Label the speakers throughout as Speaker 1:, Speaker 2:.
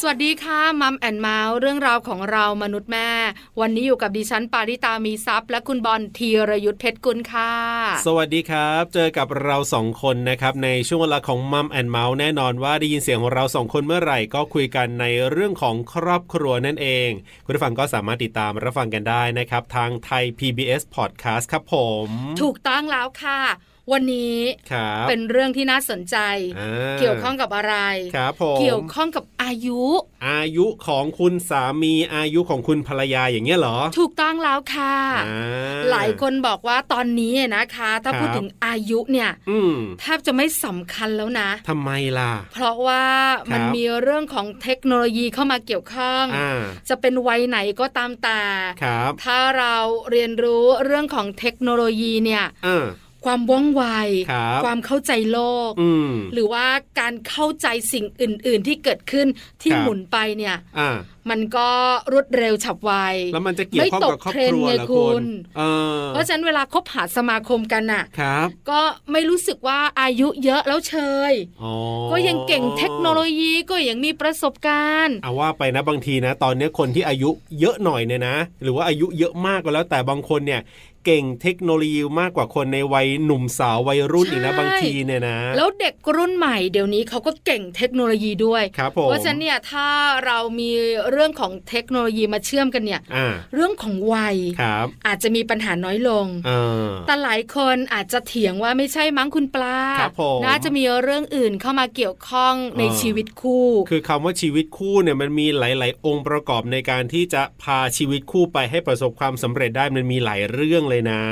Speaker 1: สวัสดีค่ะมัมแอนเมาส์เรื่องราวของเรามนุษย์แม่ วันนี้อยู่กับดิฉันปาริตามีซัพย์และคุณบอลธีรยุทธเพชรกุลค่ะ
Speaker 2: สวัสดีครับ เจอกับเราสองคนนะครับในช่วงเวลาของมัมแอนเมาส์แน่นอนว่าได้ยินเสียงของเราสองคนเมื่อไหร่ก็คุยกันในเรื่องของครอบครัวนั่นเอง คุณผู้ฟังก็สามารถติดตามรับฟังกันได้นะครับ ทางไทย PBS Podcast ครับผม
Speaker 1: ถูกต้องแล้วค่ะ วันนี้
Speaker 2: ครับ
Speaker 1: เป็นเรื่องที่น่าสนใจ
Speaker 2: อ่า
Speaker 1: เกี่ยวข้องกับอะไร
Speaker 2: ครับผม
Speaker 1: เกี่ยวข้องกับอายุ
Speaker 2: อายุของคุณสามีอายุของคุณภรรยาอย่างเงี้ยเหรอ
Speaker 1: ถูกต้องแล้วค่ะ
Speaker 2: อ่า
Speaker 1: หลายคนบอกว่าตอนนี้นะคะ ถ้า
Speaker 2: ครับ
Speaker 1: พูดถึงอายุเนี่ย
Speaker 2: อืม
Speaker 1: แทบจะไม่สำคัญแล้วนะ
Speaker 2: ทำไมล่ะ
Speaker 1: เพราะว่ามัน
Speaker 2: ครับ
Speaker 1: มีเรื่องของเทคโนโลยีเข้ามาเกี่ยวข้อง
Speaker 2: อ่า
Speaker 1: จะเป็นวัยไหนก็ตามแต่
Speaker 2: ครับ
Speaker 1: ถ้าเราเรียนรู้เรื่องของเทคโนโลยีเนี่ย
Speaker 2: อ่า
Speaker 1: ความว่องไว
Speaker 2: ครับ
Speaker 1: ความเข้าใจโลก
Speaker 2: อืม
Speaker 1: หรือว่าการเข้าใจสิ่งอื่น ๆ ที่เกิดขึ้นที่
Speaker 2: ครับ
Speaker 1: หมุนไปเนี่ย
Speaker 2: อ่า
Speaker 1: มันก็รวดเร็วฉับไว
Speaker 2: แล้วมันจะเกี่ยวข้องกับครอบครัว
Speaker 1: ไม่
Speaker 2: เหร
Speaker 1: ตเทรน
Speaker 2: อก
Speaker 1: ด์ไง
Speaker 2: คุ
Speaker 1: คุณ
Speaker 2: ณเออ
Speaker 1: เพราะฉะนั้นเวลาคบหาสมาคมกันน่ะ
Speaker 2: ครับ
Speaker 1: ก็ไม่รู้สึกว่าอายุเยอะแล้วเชย
Speaker 2: อ๋อ
Speaker 1: ก็ยังเก่งเทคโนโลยีก็ยังมีประสบการณ์
Speaker 2: เอาว่าไปนะบางทีนะ ตอนเนี้ยคนที่อายุเยอะหน่อยเนี่ยนะ หรือว่าอายุเยอะมากก็แล้ว แต่บางคนเนี่ย เก่งเทคโนโลยีมากกว่าคนในวัยหนุ่มสาววัยรุ่นอีกนะ
Speaker 1: ใช่
Speaker 2: บางทีเนี่ยนะ
Speaker 1: แล้วเด็กรุ่นใหม่เดี๋ยวนี้เขาก็เก่งเทคโนโลยีด้วย
Speaker 2: ครับผม
Speaker 1: เพราะฉะนั้นเนี่ยถ้าเรามีเรื่องของเทคโนโลยีมาเชื่อมกันเนี่ย
Speaker 2: อ่า
Speaker 1: เรื่องของวัย
Speaker 2: ครับ
Speaker 1: อาจจะมีปัญหาน้อยลง
Speaker 2: เออ
Speaker 1: แต่หลายคนอาจจะเถียงว่าไม่ใช่มั้งคุณปลา
Speaker 2: ครับผม
Speaker 1: น่าจะมีเรื่องอื่นเข้ามาเกี่ยวข้องใน
Speaker 2: เออ
Speaker 1: ชีวิตคู่
Speaker 2: คือคำว่าชีวิตคู่เนี่ยมันมีหลาย ๆ องค์ประกอบในการที่จะพาชีวิตคู่ไปให้ประสบความสำเร็จได้มันมีหลายเรื่องเลยนะ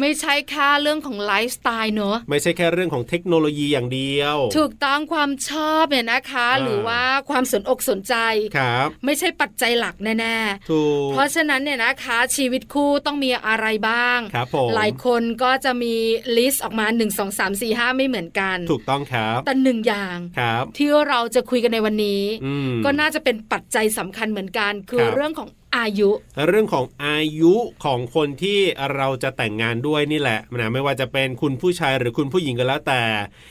Speaker 1: ไม่ใช่แค่เรื่องของไลฟ์สไตล์เนอะ
Speaker 2: ไม่ใช่แค่เรื่องของเทคโนโลยีอย่างเดียว
Speaker 1: ถูกต้องความชอบเนี่ยนะคะ
Speaker 2: อ่า
Speaker 1: หรือว่าความสนอกสนใจ
Speaker 2: ครับ
Speaker 1: ไม่ใช่ปัจจัยหลักแน่ๆ
Speaker 2: ถูก
Speaker 1: เพราะฉะนั้นเนี่ยนะคะชีวิตคู่ต้องมีอะไรบ้าง
Speaker 2: ครับผม
Speaker 1: หลายคนก็จะมีลิสต์ออกมา 1 2 3 4 5 ไม่เหมือนกัน
Speaker 2: ถูกต้องครับ
Speaker 1: แต่หนึ่งอย่าง
Speaker 2: ครับ
Speaker 1: ที่เราจะคุยกันในวันนี้
Speaker 2: อืม
Speaker 1: ก็น่าจะเป็นปัจจัยสำคัญเหมือนกัน คือ
Speaker 2: ครับ
Speaker 1: เรื่องของอายุ
Speaker 2: เรื่องของอายุของคนที่เราจะแต่งงานด้วยนี่แหละนะไม่ว่าจะเป็นคุณผู้ชายหรือคุณผู้หญิงก็แล้วแต่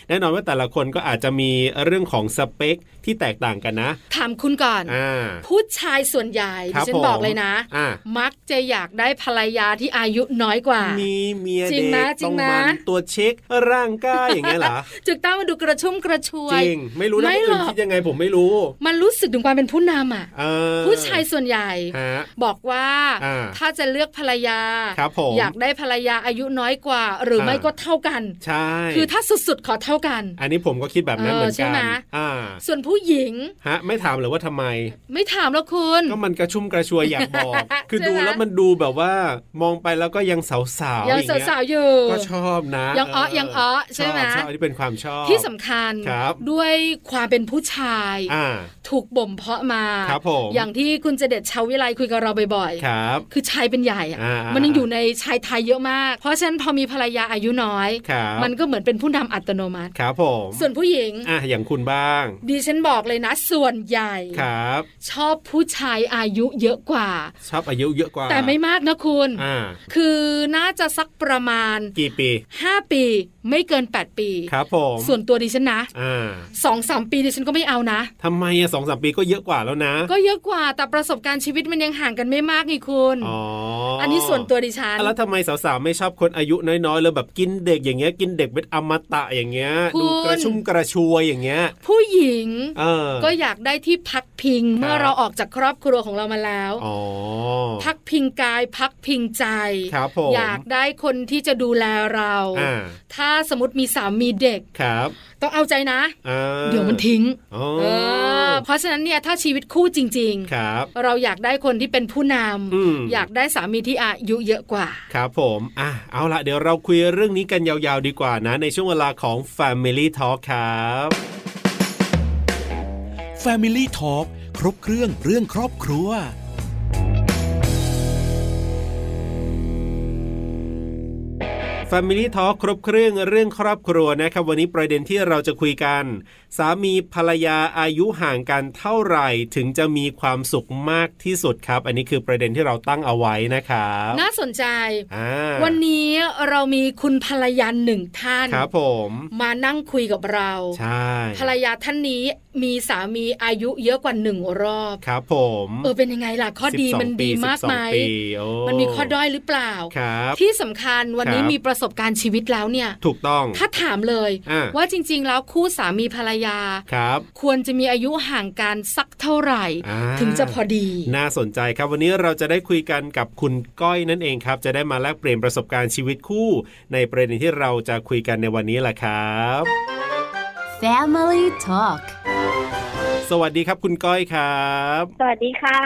Speaker 2: แน่นอนว่าแต่ละคนก็อาจจะมีเรื่องของสเปคที่แตกต่างกันนะ
Speaker 1: ถามคุณก่อน
Speaker 2: อ่า
Speaker 1: ผู้ชายส่วนใหญ่
Speaker 2: ครับ
Speaker 1: ดิฉัน
Speaker 2: ผม
Speaker 1: บอกเลยนะ
Speaker 2: อ่ะ
Speaker 1: มักจะอยากได้ภรรยาที่อายุน้อยกว่า
Speaker 2: มีเมีย
Speaker 1: จริ
Speaker 2: เด็
Speaker 1: ง
Speaker 2: ก
Speaker 1: นะจริ
Speaker 2: ต้
Speaker 1: ง
Speaker 2: อง
Speaker 1: นะ
Speaker 2: มันตัวเช็คร่างกายอย่างเงี้ยเหร อ
Speaker 1: จึกต้องมาดูกระชุ่มกระชว
Speaker 2: จ
Speaker 1: ย
Speaker 2: ริง ไม่รู้นะ
Speaker 1: ไม่
Speaker 2: คน
Speaker 1: หรอน ก
Speaker 2: อื่คิดยังไงผมไม่รู้
Speaker 1: มันรู้สึกถึงความเป็นผู้นำอ่ะ
Speaker 2: เออ
Speaker 1: ผู้ชายส่วนใหญ่
Speaker 2: ฮะ
Speaker 1: บอกว่า
Speaker 2: อ่า
Speaker 1: ถ้าจะเลือกภรรยา
Speaker 2: ครับผม
Speaker 1: อยากได้ภรรยาอายุน้อยกว่า หรืออา ไม่ก็เท่ากัน
Speaker 2: ใช่
Speaker 1: คือถ้าสุดๆขอเท่ากัน
Speaker 2: อันนี้ผมก็คิดแบบนั้น
Speaker 1: เออ
Speaker 2: เหมือน
Speaker 1: ใช่
Speaker 2: กัน
Speaker 1: ไหม
Speaker 2: อ่า
Speaker 1: ส่วนผู้หญิง
Speaker 2: ฮะไม่ถามเหรือว่าทำไม
Speaker 1: ไม่ถามแล้วคุณ
Speaker 2: ก็มันกระชุ่มกระชวยอยากบอก คือ
Speaker 1: ใช่
Speaker 2: ดู
Speaker 1: ไหม
Speaker 2: แล้วมันดูแบบว่ามองไปแล้วก็ยังสาวๆ
Speaker 1: ยัง
Speaker 2: อเ
Speaker 1: สาวๆอยู่
Speaker 2: ก็ชอบนะ
Speaker 1: ยังอ๊ะยังอ๊ะใช่ไหม
Speaker 2: ชอบชอบอันนี้เป็นความชอบ
Speaker 1: ที่สำคัญ
Speaker 2: ครับ
Speaker 1: ด้วยความเป็นผู้ชาย
Speaker 2: อ่า
Speaker 1: ถูกบ่มเพาะมา
Speaker 2: ครับผม
Speaker 1: อย่างที่คุณเจเด็ดชาววิไลคุยกับเราบ่อย
Speaker 2: ครับ
Speaker 1: ๆคือชายเป็นใหญ่อะ
Speaker 2: อ่ามั
Speaker 1: มันยังอยู่ในชายไทยเยอะมาก เพราะฉะนั้นพอมีภรรยาอายุน้อย
Speaker 2: ครับ
Speaker 1: มันก็เหมือนเป็นผู้นำอัตโนมัติ
Speaker 2: ครับผม
Speaker 1: ส่วนผู้หญิง
Speaker 2: อ่ะอย่างคุณบ้าง
Speaker 1: ดิฉันบอกเลยนะ ส่วนใหญ่
Speaker 2: ครับ
Speaker 1: ชอบผู้ชายอายุเยอะกว่า
Speaker 2: ชอบอายุเยอะกว่า
Speaker 1: แต่ไม่มากนะคุณ
Speaker 2: อ่า
Speaker 1: คือน่าจะสักประมาณ
Speaker 2: กี่ปี
Speaker 1: 5 ปี ไม่เกิน 8 ปี
Speaker 2: ครับผม
Speaker 1: ส่วนตัวดิฉันนะ
Speaker 2: อ่า
Speaker 1: สองสามปีดิฉันก็ไม่เอานะ
Speaker 2: ทำไมอะสองสามปีก็เยอะกว่าแล้วนะ
Speaker 1: ก็เยอะกว่าแต่ประสบการณ์ชีวิตมันยังห่างกันไม่มากไงคุณ
Speaker 2: อ๋ออั
Speaker 1: นนี้ส่วนตัวดิฉัน
Speaker 2: แล้วทำไมสาวๆไม่ชอบคนอายุน้อยๆเลยแบบกินเด็กอย่างเงี้ยกินเด็กเป็นอมตะอย่างเงี้ยดู
Speaker 1: คุณ
Speaker 2: กระชุ่มกระชวยอย่างเงี้ย
Speaker 1: ผู้หญิง
Speaker 2: เออ
Speaker 1: ก็อยากได้ที่พักพิง เมื่อ
Speaker 2: ครับ
Speaker 1: เราออกจากครอบครัวของเรามาแล้ว
Speaker 2: อ๋อ
Speaker 1: พักพิงกายพักพิงใจ
Speaker 2: ครับผม
Speaker 1: อยากได้คนที่จะดูแลเรา
Speaker 2: อ่า
Speaker 1: ถ้าสมมติมีสามีเด็ก
Speaker 2: ครับ
Speaker 1: ต้องเอาใจนะ
Speaker 2: อ่า
Speaker 1: เดี๋ยวมันทิ้ง
Speaker 2: อ๋อ
Speaker 1: เออเพราะฉะนั้นเนี่ยถ้าชีวิตคู่จริง
Speaker 2: ครับ
Speaker 1: ๆ เราอยากได้คนที่เป็นผู้น
Speaker 2: อืม
Speaker 1: ำอยากได้สามีที่อายุเยอะกว่า
Speaker 2: ครับผมอ่ะเอาละเดี๋ยวเราคุยเรื่องนี้กันยาวๆดีกว่านะ ในช่วงเวลาของ Family Talk ครับ
Speaker 3: Family Talk ครบเครื่องเรื่องครอบครัว
Speaker 2: Family Talk ครบเครื่องเรื่องครอบครัวนะครับ วันนี้ประเด็นที่เราจะคุยกัน สามีภรรยาอายุห่างกันเท่าไหร่ถึงจะมีความสุขมากที่สุดครับ อันนี้คือประเด็นที่เราตั้งเอาไว้นะครับ
Speaker 1: น่าสนใจ
Speaker 2: อ่า
Speaker 1: วันนี้เรามีคุณภรรยาหนึ่งท่าน
Speaker 2: ครับผม
Speaker 1: มานั่งคุยกับเรา
Speaker 2: ใช่
Speaker 1: ภรรยาท่านนี้มีสามีอายุเยอะกว่าหนึ่งรอบ
Speaker 2: ครับผม
Speaker 1: เออเป็นยังไงล่ะ ข้อดี
Speaker 2: 12
Speaker 1: มันดี
Speaker 2: ปี
Speaker 1: มาก
Speaker 2: 12
Speaker 1: ไหม
Speaker 2: ปีโอ้
Speaker 1: มันมีข้อด้อยหรือเปล่า
Speaker 2: ครับ
Speaker 1: ที่สำคัญวันนี้
Speaker 2: ครับ
Speaker 1: มีประสบการณ์ชีวิตแล้วเนี่ย
Speaker 2: ถูกต้อง
Speaker 1: ถ้าถามเลย
Speaker 2: อ่า
Speaker 1: ว่าจริง ๆ แล้วคู่สามีภรรยา
Speaker 2: ครับ
Speaker 1: ควรจะมีอายุห่างกันสักเท่าไหร่
Speaker 2: อ่า
Speaker 1: ถึงจะพอดี
Speaker 2: น่าสนใจครับวันนี้เราจะได้คุยกันกับคุณก้อยนั่นเองครับ จะได้มาแลกเปลี่ยนประสบการณ์ชีวิตคู่ ในประเด็นที่เราจะคุยกันในวันนี้แหละครับ
Speaker 4: Family Talk
Speaker 2: สวัสดีครับคุณก้อยครับ
Speaker 5: สวัสดีค่ะ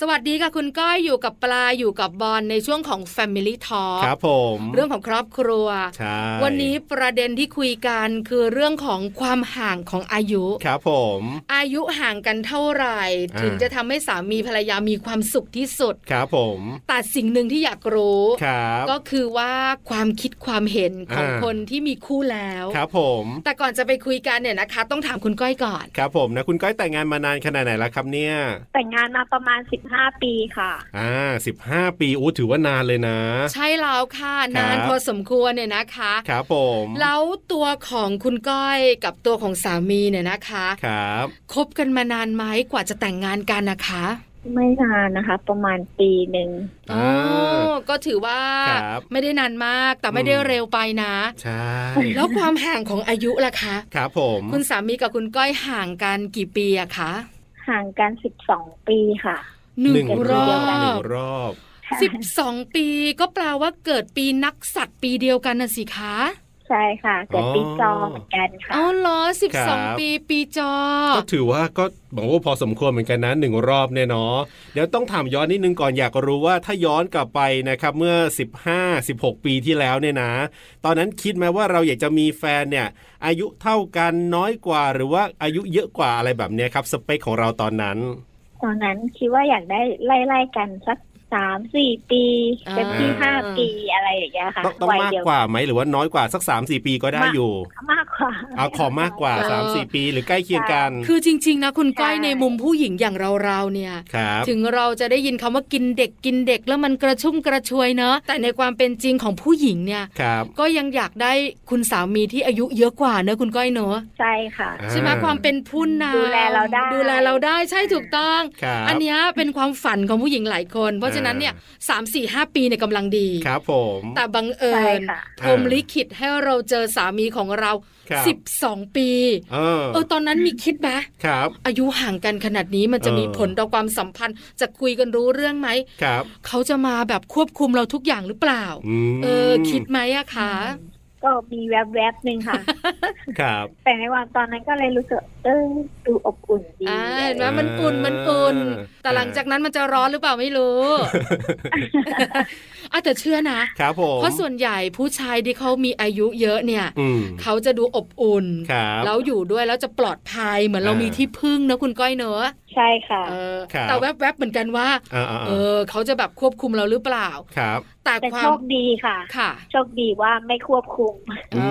Speaker 1: สวัสดีค่ะคุณก้อยอยู่กับปลาอยู่กับบอลในช่วงของ Family Talk
Speaker 2: ครับผม
Speaker 1: เรื่องของครอบครัว
Speaker 2: ใช่
Speaker 1: วันนี้ประเด็นที่คุยกันคือเรื่องของความห่างของอายุ
Speaker 2: ครับผม
Speaker 1: อายุห่างกันเท่าไหร่
Speaker 2: อ่า
Speaker 1: ถึงจะทำให้สามีภรรยามีความสุขที่สุด
Speaker 2: ครับผม
Speaker 1: แต่สิ่งหนึ่งที่อยากรู้
Speaker 2: ครับ
Speaker 1: ก็คือว่าความคิดความเห็นของ
Speaker 2: อ่า
Speaker 1: คนที่มีคู่แล้ว
Speaker 2: ครับผม
Speaker 1: แต่ก่อนจะไปคุยกันเนี่ยนะคะ ต้องถามคุณก้อยก่อน
Speaker 2: ครับผมนะคุณก้อยแต่งงานมานานขนาดไหนแล้วครับเนี่ย
Speaker 5: แต่งงานมาประมาณ 15 ปีค่ะ
Speaker 2: อ่าสิบห้าปีอู้ถือว่านานเลยนะ
Speaker 1: ใช่แล้วค่ะ นาน
Speaker 2: ครับ
Speaker 1: พอสมควรเนี่ยนะคะ
Speaker 2: ครับผม
Speaker 1: แล้วตัวของคุณก้อยกับตัวของสามีเนี่ยนะคะ
Speaker 2: ครับ
Speaker 1: คบกันมานานไหมกว่าจะแต่งงานกันนะคะ
Speaker 5: ไม่นานนะคะ ประมาณปีหนึ่ง
Speaker 2: อ่า
Speaker 1: อก็ถือว่า
Speaker 2: ครับ
Speaker 1: ไม่ได้นานมากแต่ไม่
Speaker 2: อืม
Speaker 1: ได้เร็วไปนะ
Speaker 2: ใช่
Speaker 1: แล้วความห่างของอายุล่ะคะ
Speaker 2: ครับผม
Speaker 1: คุณสามีกับคุณก้อยห่างกันกี่ปีอะคะ
Speaker 5: ห่างกัน 12 ปีค่ะ
Speaker 1: หนึ่งรอ
Speaker 2: หนึ่ง
Speaker 1: บ
Speaker 2: รอบ
Speaker 1: สิบสองปีก็แปลว่าเกิดปีนักสัตว์ปีเดียวกันนะสิคะ
Speaker 5: ใช่ค่ะ เกิดปีจอเหมือนกันค่ะ
Speaker 1: เอาเหรอสิบสองปีปีจอ
Speaker 2: ก็ถือว่าก็บอกว่าพอสมควรเหมือนกันนะหนึ่งรอบเนี่ยเนาะเดี๋ยวต้องถามย้อนนิดนึงก่อนอยากรู้ว่าถ้าย้อนกลับไปนะครับเมื่อ 15 16 ปีที่แล้วเนี่ยนะ ตอนนั้นคิดไหมว่าเราอยากจะมีแฟนเนี่ย อายุเท่ากันน้อยกว่าหรือว่าอายุเยอะกว่าอะไรแบบเนี้ยครับ สเปคของเราตอนนั้น
Speaker 5: ตอนนั้นคิดว่าอยากได้ไล่ๆกันสักสามสี่ปี
Speaker 1: อ่า
Speaker 5: เป็นที่ห้าปีอะไรอย่างเงี้ยค่ะ
Speaker 2: ต้องต้อง
Speaker 5: วัย
Speaker 2: มาก
Speaker 5: เดียว
Speaker 2: กว่าไหมหรือว่าน้อยกว่าสัก 3 4 ปีก็ได้อยู่
Speaker 5: มากกว่า
Speaker 2: เอาขอมากกว่า 3 4 ปีหรือใกล้เคียงกัน
Speaker 1: คือจริง ๆ นะคุณก้อย
Speaker 5: ใช่
Speaker 1: ในมุมผู้หญิงอย่างเราเราๆเนี่ย
Speaker 2: ครับ
Speaker 1: ถึงเราจะได้ยินคำว่ากินเด็กกินเด็กแล้วมันกระชุ่มกระชวยเนอะแต่ในความเป็นจริงของผู้หญิงเนี่ย
Speaker 2: ครับ
Speaker 1: ก็ยังอยากได้คุณสามีที่อายุเยอะกว่าเนอะคุณก้อยเนอะ
Speaker 5: ใช่ค่ะ
Speaker 2: อ่
Speaker 1: ใช่ไหมความเป็นผู้นำ
Speaker 5: ดูแลเราได้
Speaker 1: ดูแลเราได้ใช่ถูกต้อง
Speaker 2: ครับ
Speaker 1: อันเนี้ยเป็นความฝันของผู้หญิงหลายคน เพราะฉะนั้นเนี่ยสามสี่ห้าปีเนี่ยกำลังดี
Speaker 2: ครับผม
Speaker 1: แต่บังเอิ
Speaker 5: ใช่
Speaker 1: ญ
Speaker 5: ค่ะ
Speaker 1: พรหมลิขิตให้เราเจอสามีของเรา
Speaker 2: ครับ
Speaker 1: 12 ปี
Speaker 2: เออ
Speaker 1: เออตอนนั้นมีคิดไหม
Speaker 2: ครับ
Speaker 1: อายุห่างกันขนาดนี้มันจะ
Speaker 2: เออ
Speaker 1: มีผลต่อความสัมพันธ์ จะคุยกันรู้เรื่องไหม
Speaker 2: ครับ
Speaker 1: เขาจะมาแบบควบคุมเราทุกอย่างหรือเปล่า
Speaker 2: ม
Speaker 1: เออ คิดไหมอะคะ
Speaker 5: ก็มีแวบๆหนึ่งค่ะ
Speaker 2: ครับ
Speaker 5: แต่ในวันตอนนั้นก็เลยรู้สึกเออดูอบอุ่นดี
Speaker 1: อ่า
Speaker 5: อะไรอ
Speaker 1: เห็
Speaker 5: ย่าน ง
Speaker 1: ไหม
Speaker 5: เงี้ย
Speaker 1: มันอุ่นมันอุ่น
Speaker 2: เออ
Speaker 1: แต่หลังจากนั้นมันจะร้อนหรือเปล่าไม่รู้ อ่ะแต่เชื่อนะ
Speaker 2: ครับผม
Speaker 1: เพราะส่วนใหญ่ผู้ชายที่เขามีอายุเยอะเนี่ย
Speaker 2: อืม
Speaker 1: เขาจะดูอบอุ่น
Speaker 2: ครับ
Speaker 1: แล้วอยู่ด้วยแล้วจะปลอดภัยเหมือนเรา
Speaker 2: อ่ามี
Speaker 1: มีที่พึ่งนะคุณก้อยเนอะ
Speaker 5: ใช่ค่ะ
Speaker 1: เออ
Speaker 2: ครับ
Speaker 1: แต่แวบๆเหมือนกันว่า
Speaker 2: อ่าอ่า
Speaker 1: เออ เขาจะแบบควบคุมเราหรือเปล่า
Speaker 2: ครับ
Speaker 1: แต่
Speaker 5: แต่
Speaker 1: ควา
Speaker 5: โช
Speaker 1: ม
Speaker 5: คดีค่ะ
Speaker 1: ค่ะ
Speaker 5: โชคดีว่าไม่ควบคุม
Speaker 1: เออ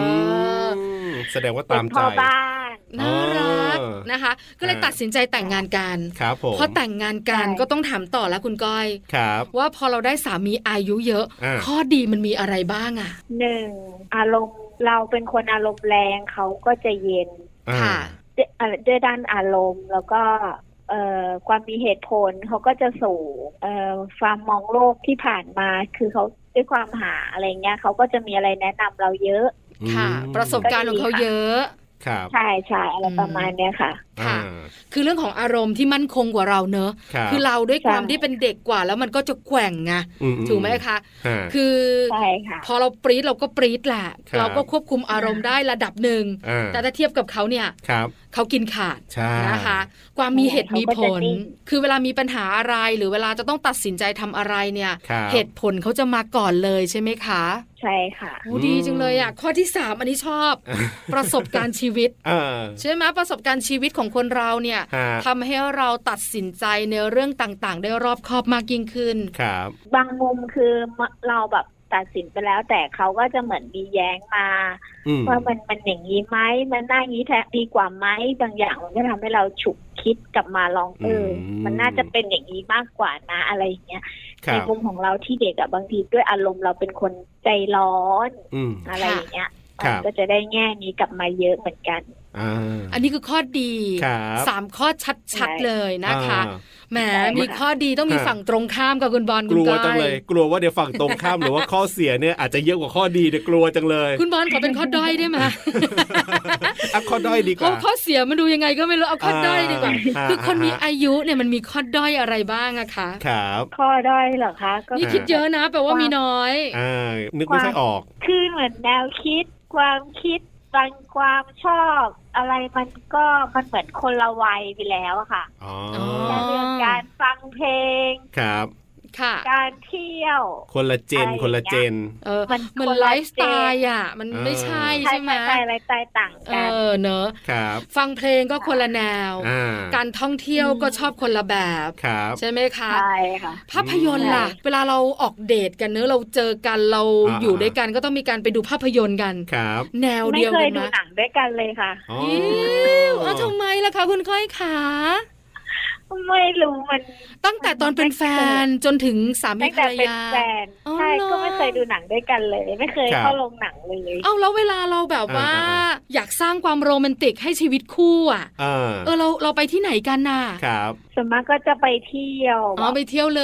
Speaker 1: อ
Speaker 2: มแสดงว่า
Speaker 5: เป็
Speaker 2: ตาม
Speaker 5: น
Speaker 2: ใจ
Speaker 5: พ่อบ้าน
Speaker 1: น่ารัก
Speaker 2: เออ
Speaker 1: นะคะ ก็เลย
Speaker 2: อ่า
Speaker 1: ตัดสินใจแต่งงานกัน
Speaker 2: ครับผม
Speaker 1: พอแต่งงานกันก็ต้องถามต่อแล้วคุณก้อย
Speaker 2: ครับ
Speaker 1: ว่าพอเราได้สามีอายุเยอะ
Speaker 2: อ่า
Speaker 1: ข้อดีมันมีอะไรบ้างอ่ะ
Speaker 5: หนึ่งอารมณ์เราเป็นคนอารมณ์แรงเขาก็จะเย็น
Speaker 2: อ่า
Speaker 1: ค่ะ
Speaker 5: ด้วยเอ่อด้วยด้านอารมณ์แล้วก็เอ่อความมีเหตุผลเขาก็จะสูงเอ่อความมองโลกที่ผ่านมา คือเขาด้วยความหาอะไรเงี้ยเขาก็จะมีอะไรแนะนำเราเยอะ
Speaker 1: ค่ะ
Speaker 2: อืม
Speaker 1: ประสบการณ์ของเขาเยอะ
Speaker 2: ครับ
Speaker 5: ใช่ใช่อะไรประมาณเนี้ยค่ะ
Speaker 1: ค่ะ
Speaker 2: อ่า
Speaker 1: คือเรื่องของอารมณ์ที่มั่นคงกว่าเราเนอะ
Speaker 2: ครับ
Speaker 1: คือเราด้วยความ
Speaker 5: ใช่
Speaker 1: ที่เป็นเด็กกว่าแล้วมันก็จะแกว่งไง
Speaker 2: อือื
Speaker 1: ถูกไหมคะ
Speaker 2: ฮะ
Speaker 1: คือ
Speaker 5: ใช่ค่ะ
Speaker 1: พอเราปรี๊ดเราก็ปรี๊ดแหละ
Speaker 2: ครับ
Speaker 1: เราก็ควบคุมอารมณ์ได้ระดับหนึ่ง
Speaker 2: อ่า
Speaker 1: แต่ถ้าเทียบกับเขาเนี่ย
Speaker 2: ครับ
Speaker 1: เขากินขาด
Speaker 2: ใช่
Speaker 1: นะคะ ความมีเหตุมีผล คือเวลามีปัญหาอะไรหรือเวลาจะต้องตัดสินใจทำอะไรเนี่ย
Speaker 2: ครับ
Speaker 1: เหตุผลเขาจะมาก่อนเลยใช่ไหมคะ
Speaker 5: ใช่ค่ะ
Speaker 1: โอ้ดีจังเลยอ่ะ ข้อที่ 3 อันนี้ชอบ ประสบการณ์ชีวิต
Speaker 2: เออ
Speaker 1: ใช่ไหมประสบการณ์ชีวิตของคนเราเนี่ย
Speaker 2: ฮะ
Speaker 1: ทำให้เราตัดสินใจในเรื่องต่างๆ ได้รอบคอบมากยิ่งขึ้น
Speaker 2: ครับ
Speaker 5: บางมุมคือเราแบบ ตัดสินไปแล้ว แต่เขาก็จะเหมือนมีแย้งมา
Speaker 2: อืม
Speaker 5: ว่ามันมันอย่างนี้ไหมมันน่าอย่างนี้แทนดีกว่าไหมบางอย่างมันก็ทำให้เราฉุกคิดกลับมาลองเอออมันน่าจะเป็นอย่างนี้มากกว่านะอะไรอย่างเงี้ย
Speaker 2: ค
Speaker 5: ใน
Speaker 2: รับ
Speaker 5: มุมของเราที่เด็กอะบางทีด้วยอารมณ์เราเป็นคนใจร้อน
Speaker 2: อืม
Speaker 5: อะไรอย่างเงี้ย
Speaker 2: ครับ
Speaker 5: มันก็จะได้แง่นี้กลับมาเยอะเหมือนกัน
Speaker 2: อ่า
Speaker 1: อันนี้คือข้อดี
Speaker 2: ครับ
Speaker 1: สามข้อชัดๆเลยนะคะ
Speaker 2: อ่า
Speaker 1: แหม
Speaker 5: ใช่
Speaker 1: มีข้อดีต้องมี
Speaker 2: ฮะ
Speaker 1: ฝั่งตรงข้ามกับคุณบอล
Speaker 2: ก
Speaker 1: คุณ
Speaker 2: ลัว
Speaker 1: ก้อย
Speaker 2: จังเลย กลัวว่าเดี๋ยวฝั่งตรงข้ามหรือว่าข้อเสียเนี่ยอาจจะเยอะกว่าข้อดีเนี่ยกลัวจังเลย
Speaker 1: คุณบอลขอเป็นข้อด้อยได้ไหม
Speaker 2: อ่ะข้อด้อยดีก
Speaker 1: เพ
Speaker 2: ว่า
Speaker 1: ราะข้อเสียมันดูยังไงก็ไม่รู้เอาข้อด้อยดีกว่า
Speaker 2: อ่า
Speaker 1: คือคนมี
Speaker 2: อ่า
Speaker 1: อายุเนี่ยมันมีข้อด้อยอะไรบ้างอะคะ
Speaker 2: ครับ
Speaker 5: ข้อด้อยเหรอคะก็
Speaker 1: นี่คิดเยอะนะแปลว่ามีน้อย
Speaker 2: อ่า นึกไม่ค่อยออก
Speaker 5: คือเหมือนแนวคิดความคิดบางความชอบอะไรมันก็มันเหมือนคนละวัยไปแล้วอะค่ะ
Speaker 2: อ๋อ
Speaker 1: อ๋อ
Speaker 5: เรื่องการฟังเพลง
Speaker 2: ครับ
Speaker 1: ค่ะ
Speaker 5: การเที่ยว
Speaker 2: คนละเจน
Speaker 5: อะไรอย่างเงี้ย
Speaker 2: คนละเจน
Speaker 1: เออ
Speaker 5: มัน
Speaker 1: มัน
Speaker 5: คนละ
Speaker 1: ไลฟ์สไตล์
Speaker 5: เจน
Speaker 1: อ่ะ มัน
Speaker 2: เออ
Speaker 1: ไม่ใช่ใช่ไหม
Speaker 5: ใช่อะไรใจต่าง
Speaker 1: เอ
Speaker 5: กัน
Speaker 1: อเนอะ
Speaker 2: ครับ
Speaker 1: ฟังเพลงก็คนละแนว
Speaker 2: อ่า
Speaker 1: การท่องเที่ยวก็ชอบคนละแบบ
Speaker 2: ครับ
Speaker 1: ใช่ไหมคะ
Speaker 5: ใช่ค่ะ
Speaker 1: ภาพยนตร์ล่ะ เวลาเราออกเดทกันเนอะเราเจอกันเรา
Speaker 2: อ่า
Speaker 1: อยู่ด้วยกันก็ต้องมีการไปดูภาพยนตร์กัน
Speaker 2: ครับ
Speaker 1: แนว
Speaker 5: ไม่
Speaker 1: เดียว
Speaker 5: เค
Speaker 1: กั
Speaker 5: ย
Speaker 1: น
Speaker 5: ดู
Speaker 1: นะ
Speaker 5: หนังด้วยกันเลยค่ะ
Speaker 2: อ๋อ
Speaker 1: อิวเอาทำไมล่ะคะคุณก้อยขา
Speaker 5: ไม่รู้มัน
Speaker 1: ตั้งแต่ตอนเป็นแฟนจนถึงสามี
Speaker 5: ตั้ง
Speaker 1: ภร
Speaker 5: แต่
Speaker 1: ร
Speaker 5: เป็น
Speaker 1: ยา
Speaker 5: แฟน
Speaker 1: อ๋อ
Speaker 5: ใช่
Speaker 1: เหรอ
Speaker 5: ก็ไม่เคยดูหนังด้วยกันเลย ไม่เคยเข้าโรงหนังเลย
Speaker 1: เอาแล้วเวลาเราแบบว่า อยากสร้างความโรแมนติกให้ชีวิตคู่อ่ะ
Speaker 2: อ่า
Speaker 1: เออเราเราไปที่ไหนกันน่ะ
Speaker 2: ครับ
Speaker 5: ส่วนมากก็จะไปเที่ยว
Speaker 1: อ๋อไปเที่ยวเล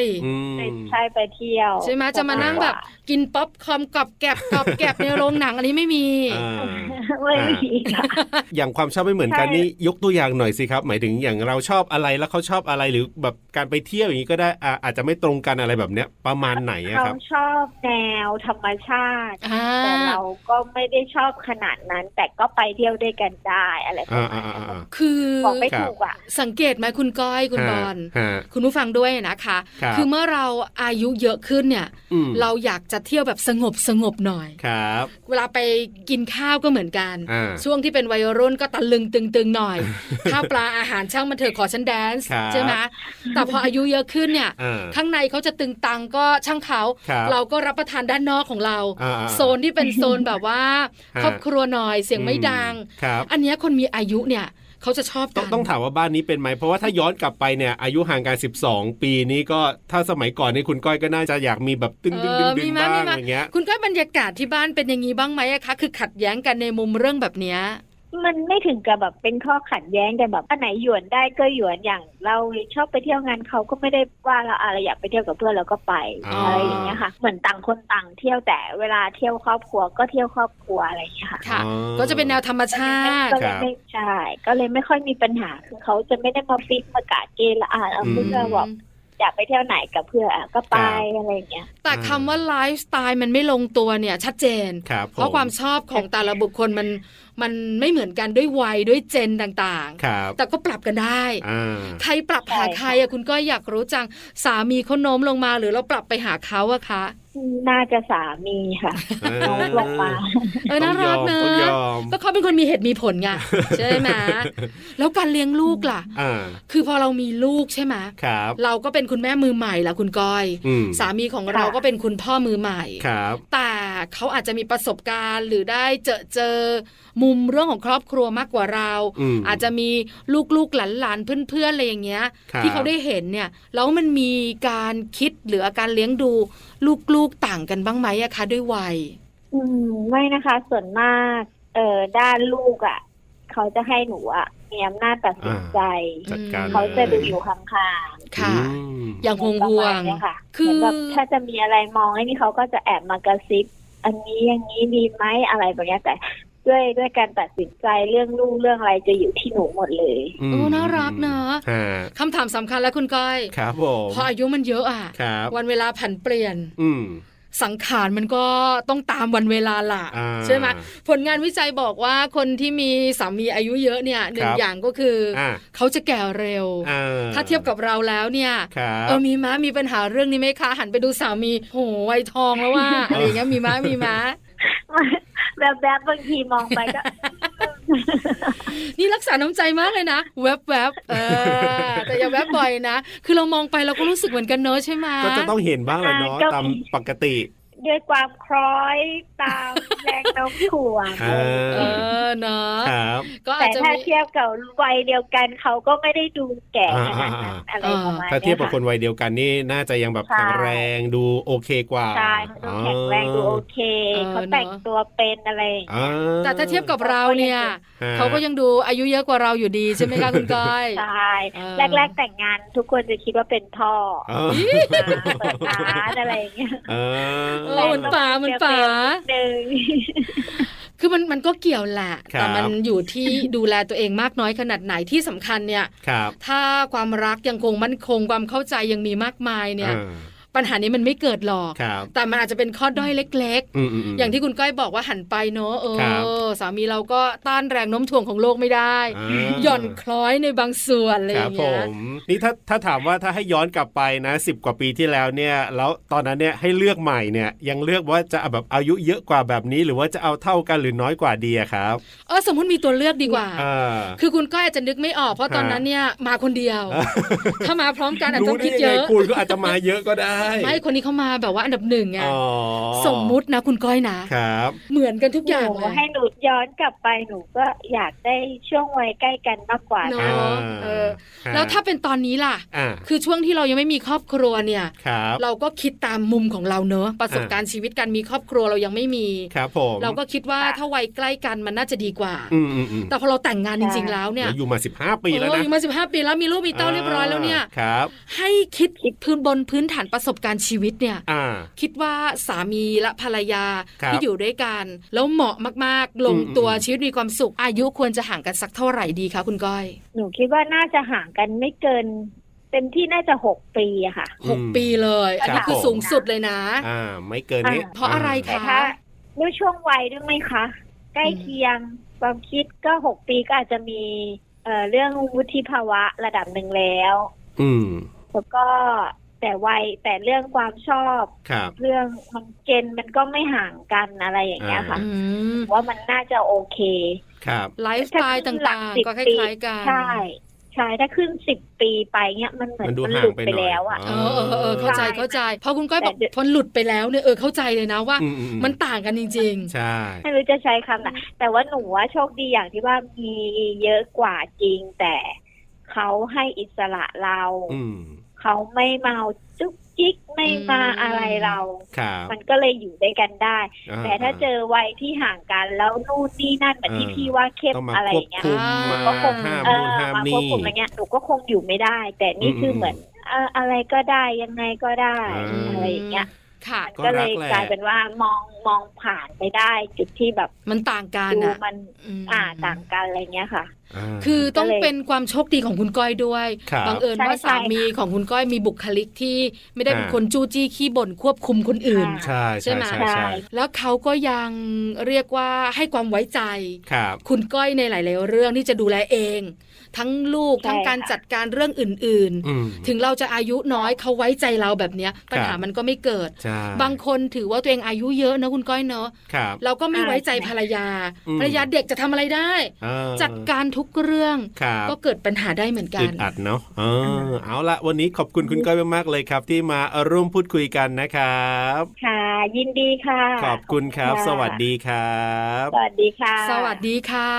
Speaker 1: ย
Speaker 2: อืม
Speaker 5: ใช่ไปเที่ยว
Speaker 1: ใช่ไหมจะมานั่งแบบกินป๊อปคอร์นกรอบแกรบกรอบแกรบในโรงหนังอันนี้ไม่มี
Speaker 2: อ่า
Speaker 5: ไม่มีค่ะ
Speaker 2: อย่างความชอบไม่เหมือนกัน
Speaker 5: ใช่
Speaker 2: นี่ยกตัวอย่างหน่อยสิครับ หมายถึงอย่างเราชอบอะไรแล้วเขาชอบอะไรหรือแบบการไปเที่ยวอย่างนี้ก็ได้อ่าอาจจะไม่ตรงกันอะไรแบบเนี้ย ประมาณไหนอะ
Speaker 5: เรา
Speaker 2: ครับ
Speaker 5: ชอบแนวธรรมชาติ
Speaker 1: อ่า
Speaker 5: แต่เราก็ไม่ได้ชอบขนาดนั้น แต่ก็ไปเที่ยวด้วยกันได้อะไรประ
Speaker 2: อ่า
Speaker 5: มา
Speaker 2: อ่า
Speaker 5: ณ
Speaker 2: อ่า
Speaker 5: นั้น
Speaker 2: อ่า
Speaker 1: คือ
Speaker 5: บอกไม่ถูกอ่ะ
Speaker 1: สังเกตไหมคุณก้อยคุณบอล
Speaker 2: ฮะ
Speaker 1: คุณผู้ฟังด้วยนะคะ
Speaker 2: ครับ
Speaker 1: อเมื่อเราอายุเยอะขึ้นเนี่ย
Speaker 2: อืม
Speaker 1: เราอยากจะเที่ยวแบบสงบสงบหน่อย
Speaker 2: ครับ
Speaker 1: เวลาไปกินข้าวก็เหมือนกัน
Speaker 2: อ่า
Speaker 1: ช่วงที่เป็นวัยรุ่นก็ตะลึงตึงตึงๆหน่อย ข้าวปลาอาหารช่างมันเถอะขอฉันแดนซ์
Speaker 2: ครับ
Speaker 1: ใช่ไหมแต่พออายุเยอะขึ้นเนี่ย
Speaker 2: อ่า
Speaker 1: ข้างในเขาจะตึงตังก็ช่างเขา
Speaker 2: ครับ
Speaker 1: เราก็รับประทานด้านนอกของเรา
Speaker 2: อ่าๆ
Speaker 1: โซนที่เป็นโซนแบบว่า
Speaker 2: ฮะ
Speaker 1: ครอบครัวหน่อยเสียงไม่ดัง
Speaker 2: ครับ
Speaker 1: อันเนี้ยคนมีอายุเนี่ยเขาจะชอบ
Speaker 2: ต้
Speaker 1: กั
Speaker 2: อง
Speaker 1: น
Speaker 2: ต้องถามว่าบ้านนี้เป็นไหม เพราะว่าถ้าย้อนกลับไปเนี่ย อายุห่างกัน 12 ปีนี้ก็ถ้าสมัยก่อนนี่คุณก้อยก็น่าจะอยากมีแบบตึง
Speaker 1: เอ
Speaker 2: ดึงดึ
Speaker 1: อง
Speaker 2: ดึ
Speaker 1: มี
Speaker 2: ง
Speaker 1: ไหม
Speaker 2: บ้า
Speaker 1: มี
Speaker 2: ง
Speaker 1: ไหม
Speaker 2: อย่างเงี้ย
Speaker 1: คุณก้อยบรรยากาศที่บ้านเป็นอย่างนี้บ้างไหมอะคะ คือขัดแย้งกันในมุมเรื่องแบบเนี้ย
Speaker 5: มันไม่ถึงกับแบบเป็นข้อขัดแย้งกันแบบอันไหนหยวนได้ก็หยวนอย่างเราชอบไปเที่ยวงานเขาก็ไม่ได้ว่าเราอะไรอยากไปเที่ยวกับเพื่อนเราก็ไป
Speaker 2: อ่า
Speaker 5: อะไรอย่างเงี้ยค่ะ เหมือนต่างคนต่างเที่ยวแต่เวลาเที่ยวครอบครัวก็เที่ยวครอบครัวอะไรอย่างเงี้ยค่ะ
Speaker 1: ค่ะ
Speaker 2: อ๋อ
Speaker 1: ก็จะเป็นแนวธรรมชาติ
Speaker 5: ก็เลยไม่ใช่ก็เลยไม่ค่อยมีปัญหาคือเขาจะไม่ได้มาฟิกมากะเกณฑ์ละอ่าเอาเพื่อนบอกอยากไปเที่ยวไหนกับเพื่อนอ่ะก็ไปอะไรอย่างเงี้ย
Speaker 1: แต่คำว่าไลฟ์สไตล์มันไม่ลงตัวเนี่ย ชัดเจน
Speaker 2: ครับ
Speaker 1: เพราะ
Speaker 2: ผ
Speaker 1: ความชอบของแต่ละบุคคลมันมันไม่เหมือนกันด้วยวัยด้วยเจนต่าง
Speaker 2: ครับ
Speaker 1: ๆ แต่ก็ปรับกันได้
Speaker 2: อ่า
Speaker 1: ใครปรับหาใคร
Speaker 5: ใช่
Speaker 1: อะ
Speaker 5: ค่ะ
Speaker 1: คุณก้อยอยากรู้จังสามีเขาโน้มลงมาหรือเราปรับไปหาเขาอะคะ
Speaker 5: น่าจะสามีค่ะน้องลงมา
Speaker 1: เออน่ารักนะ
Speaker 2: ต้องยอม
Speaker 1: ก็เขาเป็นคนมีเหตุมีผล ไง ใช่ไหมแล้วการเลี้ยงลูกล่ะ
Speaker 2: อ่า
Speaker 1: คือพอเรามีลูกใช่ไหม
Speaker 2: ครับ
Speaker 1: เราก็เป็นคุณแม่มือใหม่ละคุณก้อย
Speaker 2: อืม
Speaker 1: สามีของเรา
Speaker 5: ค่ะ
Speaker 1: ก็เป็นคุณพ่อมือใหม่
Speaker 2: ครับ
Speaker 1: แต่เขาอาจจะมีประสบการณ์หรือได้เจอเจอมุมเรื่องของครอบครัวมากกว่าเรา
Speaker 2: อืม
Speaker 1: อาจจะมีลูกๆหลานๆเพื่อนๆอะไรอย่างเงี้ย
Speaker 2: ครับ
Speaker 1: ที่เขาได้เห็นเนี่ยแล้วมันมีการคิดหรืออาการเลี้ยงดูลูกๆต่างกันบ้างไหมอะคะด้วยวัย
Speaker 5: อืมไม่นะคะส่วนมาก เอ่อด้านลูกอะ่ะ เขาจะให้หนูอะ่ะมีอำนาจตัดสินใจ
Speaker 2: จัดการ
Speaker 1: อ่า
Speaker 5: เขาจะ
Speaker 2: ล
Speaker 5: ดูอยู่ข้าง
Speaker 1: ค่ะ
Speaker 2: อืม
Speaker 1: อย่าง
Speaker 5: ๆ
Speaker 1: ห่วง
Speaker 5: ประ
Speaker 1: ห่ว
Speaker 5: มาณ
Speaker 1: ง
Speaker 5: เนี้ยค่ะ
Speaker 1: คือ
Speaker 5: เหมืนแบบถ้าจะมีอะไรมองไอ้นี่เขาก็จะแอบมากระซิบ อันนี้อย่างนี้ดีไหมอะไรแบบเนี้ยแต่ด้วยด้วยการตัดสินใจเรื่องลูกเรื่องอะไรจะอยู่ที่หนูหมดเลย
Speaker 2: ม
Speaker 1: เออน่ารักนะ
Speaker 2: ฮะ
Speaker 1: คำถามสำคัญแล้วคุณก้อย
Speaker 2: ครับผม
Speaker 1: พออายุมันเยอะอะ
Speaker 2: ครับ
Speaker 1: วันเวลาผันเปลี่ยน
Speaker 2: อืม
Speaker 1: สังขารมันก็ต้องตามวันเวลาล่ะ
Speaker 2: อ่า
Speaker 1: ใช่ไหมผลงานวิจัยบอกว่าคนที่มีสามีอายุเยอะเนี่ยหนึ่ง
Speaker 2: ครับ
Speaker 1: อย่างก็คืออ
Speaker 2: อ่า
Speaker 1: เขาจะแก่เร็ว
Speaker 2: อ่า
Speaker 1: ถ้าเทียบกับเราแล้วเนี่ย
Speaker 2: ครับ
Speaker 1: เออมีมะมีปัญหาเรื่องนี้ไหมคะ หันไปดูสามีโหวัยทองแล้ว ว่าอะไรอย่างเงี้ยมีมะมีมะ
Speaker 5: แบบแบบๆบางทีมองไปก็
Speaker 1: นี่รักษาน้ำใจมากเลยนะแวบแวบเออแต่อย่าแวบบ่อยนะ คือเรามองไปเราก็รู้สึกเหมือนกันเนอะใช่ไหม
Speaker 2: ก็จะต้องเห็นบ้างแหละเนาะ
Speaker 5: ก็มี
Speaker 2: ตามปกติ
Speaker 5: ด้วยความคล้อยตามแรงโน้มถ่วง
Speaker 2: เอ
Speaker 1: เอ
Speaker 2: อ
Speaker 1: อเนาะ
Speaker 2: ครับ
Speaker 1: ก็อา
Speaker 5: แต่
Speaker 1: จจะ
Speaker 5: ถ้า
Speaker 1: มี
Speaker 5: เทียบกับวัยเดียวกันเขาก็ไม่ได้ดูแก่ขนาดนั้นอะไรประมาณ
Speaker 2: ถ้าเทียบกับ
Speaker 5: เนี้
Speaker 2: ค
Speaker 5: ยค่ะ
Speaker 2: นวัยเดียวกันนี่น่าจะยังแบบ
Speaker 5: ใช่
Speaker 2: แข็งแรงดูโอเคกว่า
Speaker 5: ใช่เขาดูแข็งแรงดูโอเคเขาแต่งตัวเป็นอะไรอย่างเงี้ย
Speaker 2: อ่า
Speaker 1: แต่ถ้าเทียบกับเราเนี่ย
Speaker 2: ฮะ
Speaker 1: เขาก็ยังดูอายุเยอะกว่าเราอยู่ดี ใช่ไหมคะคุณก้อย
Speaker 5: ใช่
Speaker 1: เออ
Speaker 5: แรก ๆแต่งงานทุกคนจะคิดว่าเป็นพ่อ
Speaker 2: เออ
Speaker 5: มาเปิดร้านอะไรอย่างเงี้ย
Speaker 2: เอ
Speaker 1: เอ
Speaker 2: อ
Speaker 1: อเหมือนป่าเหมือนป่า
Speaker 5: หนึ่ง
Speaker 1: คือมันมันก็เกี่ยวแหละ
Speaker 2: ครับ
Speaker 1: แต่มันอยู่ที่ ดูแลตัวเองมากน้อยขนาด ไหนที่สำคัญเนี่ย
Speaker 2: ครับ
Speaker 1: ถ้าความรักยังคงมั่นคงความเข้าใจยังมีมากมายเนี่ย
Speaker 2: อ่า
Speaker 1: ปัญหานี้มันไม่เกิดหรอก
Speaker 2: ครับ
Speaker 1: แต่มันอาจจะเป็นข้อด้อยเล็ก
Speaker 2: อืมๆ
Speaker 1: ๆ
Speaker 2: ๆ
Speaker 1: อย่างที่คุณก้อยบอกว่าหันไปเนอะเอ
Speaker 2: ครั
Speaker 1: อ สามีเราก็ต้านแรงโน้มถ่วงของโลกไม่ได้
Speaker 2: อ่า
Speaker 1: หย่อนคล้อยในบางส่วนอะไรอ
Speaker 2: ครั
Speaker 1: ย่า
Speaker 2: บ
Speaker 1: งเงี้ย
Speaker 2: ผมนี่ถ้าถ้าถามว่าถ้าให้ย้อนกลับไปนะสิบกว่าปีที่แล้วเนี่ย แล้วตอนนั้นเนี่ยให้เลือกใหม่เนี่ย ยังเลือกว่าจะเอาแบบอายุเยอะกว่าแบบนี้ หรือว่าจะเอาเท่ากันหรือน้อยกว่าดีอะครับ
Speaker 1: เออสมมติมีตัวเลือกดีกว่า
Speaker 2: อ่า
Speaker 1: คือคุณก้อยอาจจะนึกไม่ออกเพราะตอน
Speaker 2: ฮะ
Speaker 1: นั้นเนี่ยมาคนเดียว ถ้ามาพร้อมกันอาจจะต้
Speaker 2: รู้
Speaker 1: อง
Speaker 2: ได้
Speaker 1: คิด
Speaker 2: ยัง
Speaker 1: เย
Speaker 2: ไง
Speaker 1: อะ
Speaker 2: คุณก็อาจจะมาเยอะก็ได้
Speaker 1: ไม่คนนี้เขามาแบบว่าอันดับหนึ่งไง
Speaker 2: อ๋อ
Speaker 1: สมมุตินะคุณก้อยนะ
Speaker 2: ครับ
Speaker 1: เหมือนกันทุกอย่างเล
Speaker 5: โโห
Speaker 1: ย
Speaker 5: ให้หนูย้อนกลับไปหนูก็อยากได้ช่วงวัยใกล้กันมากกว่า
Speaker 1: เน
Speaker 5: นะ
Speaker 1: อะ
Speaker 2: อ่า
Speaker 1: เออ
Speaker 2: ฮะ
Speaker 1: แล้วถ้าเป็นตอนนี้ล่ะ
Speaker 2: อ่า
Speaker 1: คือช่วงที่เรายังไม่มีครอบครัวเนี่ย
Speaker 2: ครับ
Speaker 1: เราก็คิดตามมุมของเราเนอะประสบการณ์ชีวิตการมีครอบครัวเรายังไม่มี
Speaker 2: ครับผม
Speaker 1: เราก็คิดว่า
Speaker 5: ค่ะ
Speaker 1: ถ้าวัยใกล้กันมันน่าจะดีกว่า
Speaker 2: อืมอืมอืม
Speaker 1: แต่พอเราแต่งงานจริง ๆ แล้วเนี่ย
Speaker 2: แล้วอยู่มาสิบห้าปีแล้
Speaker 1: เอ
Speaker 2: ว
Speaker 1: อ
Speaker 2: นะ
Speaker 1: อยู่มาสิบห้าปีแล้วมีลูกมีเต้าเรียบร้อยแล้วเนี่ย
Speaker 2: าครับ
Speaker 1: ให้คิดพื้นบนพื้นฐานประสบการณ์ชีวิตเนี่ย
Speaker 2: อ่า
Speaker 1: คิดว่าสามีและภรรยา
Speaker 2: ครับ
Speaker 1: ที่อยู่ด้วยกัน แล้วเหมาะมากๆ ลง
Speaker 2: อืม
Speaker 1: ตัว
Speaker 2: อืม
Speaker 1: ชีวิตมีความสุข อายุควรจะห่างกันสักเท่าไหร่ดีคะคุณก้อย
Speaker 5: หนูคิดว่าน่าจะห่างกันไม่เกิน เต็มที่น่าจะหกปีอะค่ะ
Speaker 1: หก
Speaker 2: อืม
Speaker 1: ปีเลยอันนี้
Speaker 2: ครับ
Speaker 1: คือสูงสุดเลยนะ
Speaker 2: อ่า ไม่เกินนี้
Speaker 5: อ่า
Speaker 1: เพราะอะไร
Speaker 5: แต่
Speaker 1: คะ
Speaker 5: ถ้าด้วยช่วงวัยด้วยไหมคะ ใกล้เคียงความคิดก็หกปีก็อาจจะมีเอ่อเรื่องวุฒิภาวะระดับหนึ่งแล้ว
Speaker 2: อืม
Speaker 5: แล้วก็แต่วัยแต่เรื่องความชอบ
Speaker 2: ครับ
Speaker 5: เรื่องมันเจนมันก็ไม่ห่างกันอะไรอย่างเงี้ยค่ะ
Speaker 1: อืม
Speaker 5: ว่ามันน่าจะโอเค
Speaker 2: ครับ
Speaker 1: ไลฟ์สไตล์ต่างๆ ก็คล้ายๆกัน
Speaker 5: ใช่ ใช่ ถ้าขึ้นสิบปีไปเนี้ยมันเหมือน
Speaker 2: มันดู
Speaker 5: มัน
Speaker 2: ห่าง
Speaker 5: หลุด
Speaker 2: ไป
Speaker 5: ไป
Speaker 2: หน่อย
Speaker 5: แล้วอ่ะ
Speaker 1: เออเออเออเข้าใจเข้าใจเพราะคุณก้อยบอก
Speaker 5: แต่
Speaker 1: พอหลุดไปแล้วเนี่ยเออเข้าใจเลยนะว่า
Speaker 2: อือื
Speaker 1: มันต่างกันจริง
Speaker 2: ใช่
Speaker 5: ไม่รู้จะใช้คำไหนแต่ว่าหนูว่าโชคดีอย่างที่ว่ามีเยอะกว่าจริง แต่เขาให้อิสระเรา
Speaker 2: อืม
Speaker 5: เขาไม่เมาจุกจิกไม่มา
Speaker 1: อืม
Speaker 5: อะไรเรา
Speaker 2: ครับ
Speaker 5: มันก็เลยอยู่ด้วยกันได้
Speaker 2: อ่
Speaker 5: แต่ถ้าเจอวัยที่ห่างกันแล้วนู่นนี่นั่นแบบที่
Speaker 2: เออ
Speaker 5: พี่ว่าเข้ม
Speaker 2: ต้องมา
Speaker 5: อะไร
Speaker 2: คว
Speaker 5: อ
Speaker 2: บ
Speaker 5: ย่างเงี้ย
Speaker 2: คุม
Speaker 1: อ่า
Speaker 2: มา
Speaker 5: ก็คง
Speaker 2: ห้าม
Speaker 5: เอ
Speaker 2: นู่น
Speaker 5: อ
Speaker 2: ห้าม
Speaker 5: มาควบ
Speaker 2: นี่
Speaker 5: คุมอะไรเงี้ยหนูก็คงอยู่ไม่ได้ แต่นี่
Speaker 2: อืม
Speaker 5: คือเหมือนเอ่ออะไรก็ได้ยังไงก็ได้
Speaker 2: อ่า
Speaker 5: อะไรอย่างเงี้ย
Speaker 1: ๆ ค่ะ
Speaker 5: มัน
Speaker 2: ก็
Speaker 5: ก็
Speaker 2: รั
Speaker 5: เล
Speaker 2: ก
Speaker 5: ย
Speaker 2: แหละ
Speaker 5: กลายเป็นว่ามองมองผ่านไปได้ จุดที่แบบ
Speaker 1: มันต่างกัน
Speaker 5: ดู
Speaker 1: อ่ะ
Speaker 5: มัน
Speaker 1: อืม
Speaker 5: อ่าต่างกันอะไรเงี้ยค่ะ
Speaker 2: อ่า
Speaker 1: คือต้องเป็นความโชคดีของคุณก้อยด้วย
Speaker 2: ครับ
Speaker 1: งเอิญว่า
Speaker 5: ใช่ใช่
Speaker 1: สามีของคุณก้อยมีบุคลิกที่ไม่ได้เป็น
Speaker 2: อ่า
Speaker 1: คนจู้จี้ขี้บ่นควบคุมคนอื่น
Speaker 5: ค่ะ
Speaker 2: ใช่ใช่
Speaker 1: ใช่ไหม
Speaker 2: ใช่ใช่
Speaker 5: ใช่
Speaker 1: แล้วเขาก็ยังเรียกว่าให้ความไว้ใจ
Speaker 2: ครับ
Speaker 1: คุณก้อยในหลาย ๆ เรื่องที่จะดูแลเอง ทั้งลูก
Speaker 5: ใช่
Speaker 1: ทั้งการ
Speaker 5: ค่ะ
Speaker 1: จัดการเรื่องอื่น
Speaker 2: อืม
Speaker 1: ๆ ถึงเราจะอายุน้อยเขาไว้ใจเราแบบเนี้ยปัญหา
Speaker 2: ครับ
Speaker 1: มันก็ไม่เกิด
Speaker 2: ใช่
Speaker 1: บางคนถือว่าตัวเองอายุเยอะนะคุณก้อยเนอะ
Speaker 2: ครับ
Speaker 1: เราก็ไม่ไว้ใจภรรยา
Speaker 2: อืม
Speaker 1: ภรรยาเด็กจะทำอะไรได้
Speaker 2: อ่า
Speaker 1: จัดการทุกเรื่อง
Speaker 2: ครับ
Speaker 1: ก็เกิดปัญหาได้เหมือนกั
Speaker 2: อึ
Speaker 1: น
Speaker 2: ดอัดเนาะเออเอาละวันนี้ขอบคุณคุณก้อยมากๆเลยครับ ที่มาร่วมพูดคุยกันนะครับ
Speaker 5: ค่ะ ยินดีค่ะ
Speaker 2: ขอบคุณครับ
Speaker 5: ะ
Speaker 2: สวัสดีครับ
Speaker 5: สวัสดีค่ะ
Speaker 1: สวัสดีค่ะ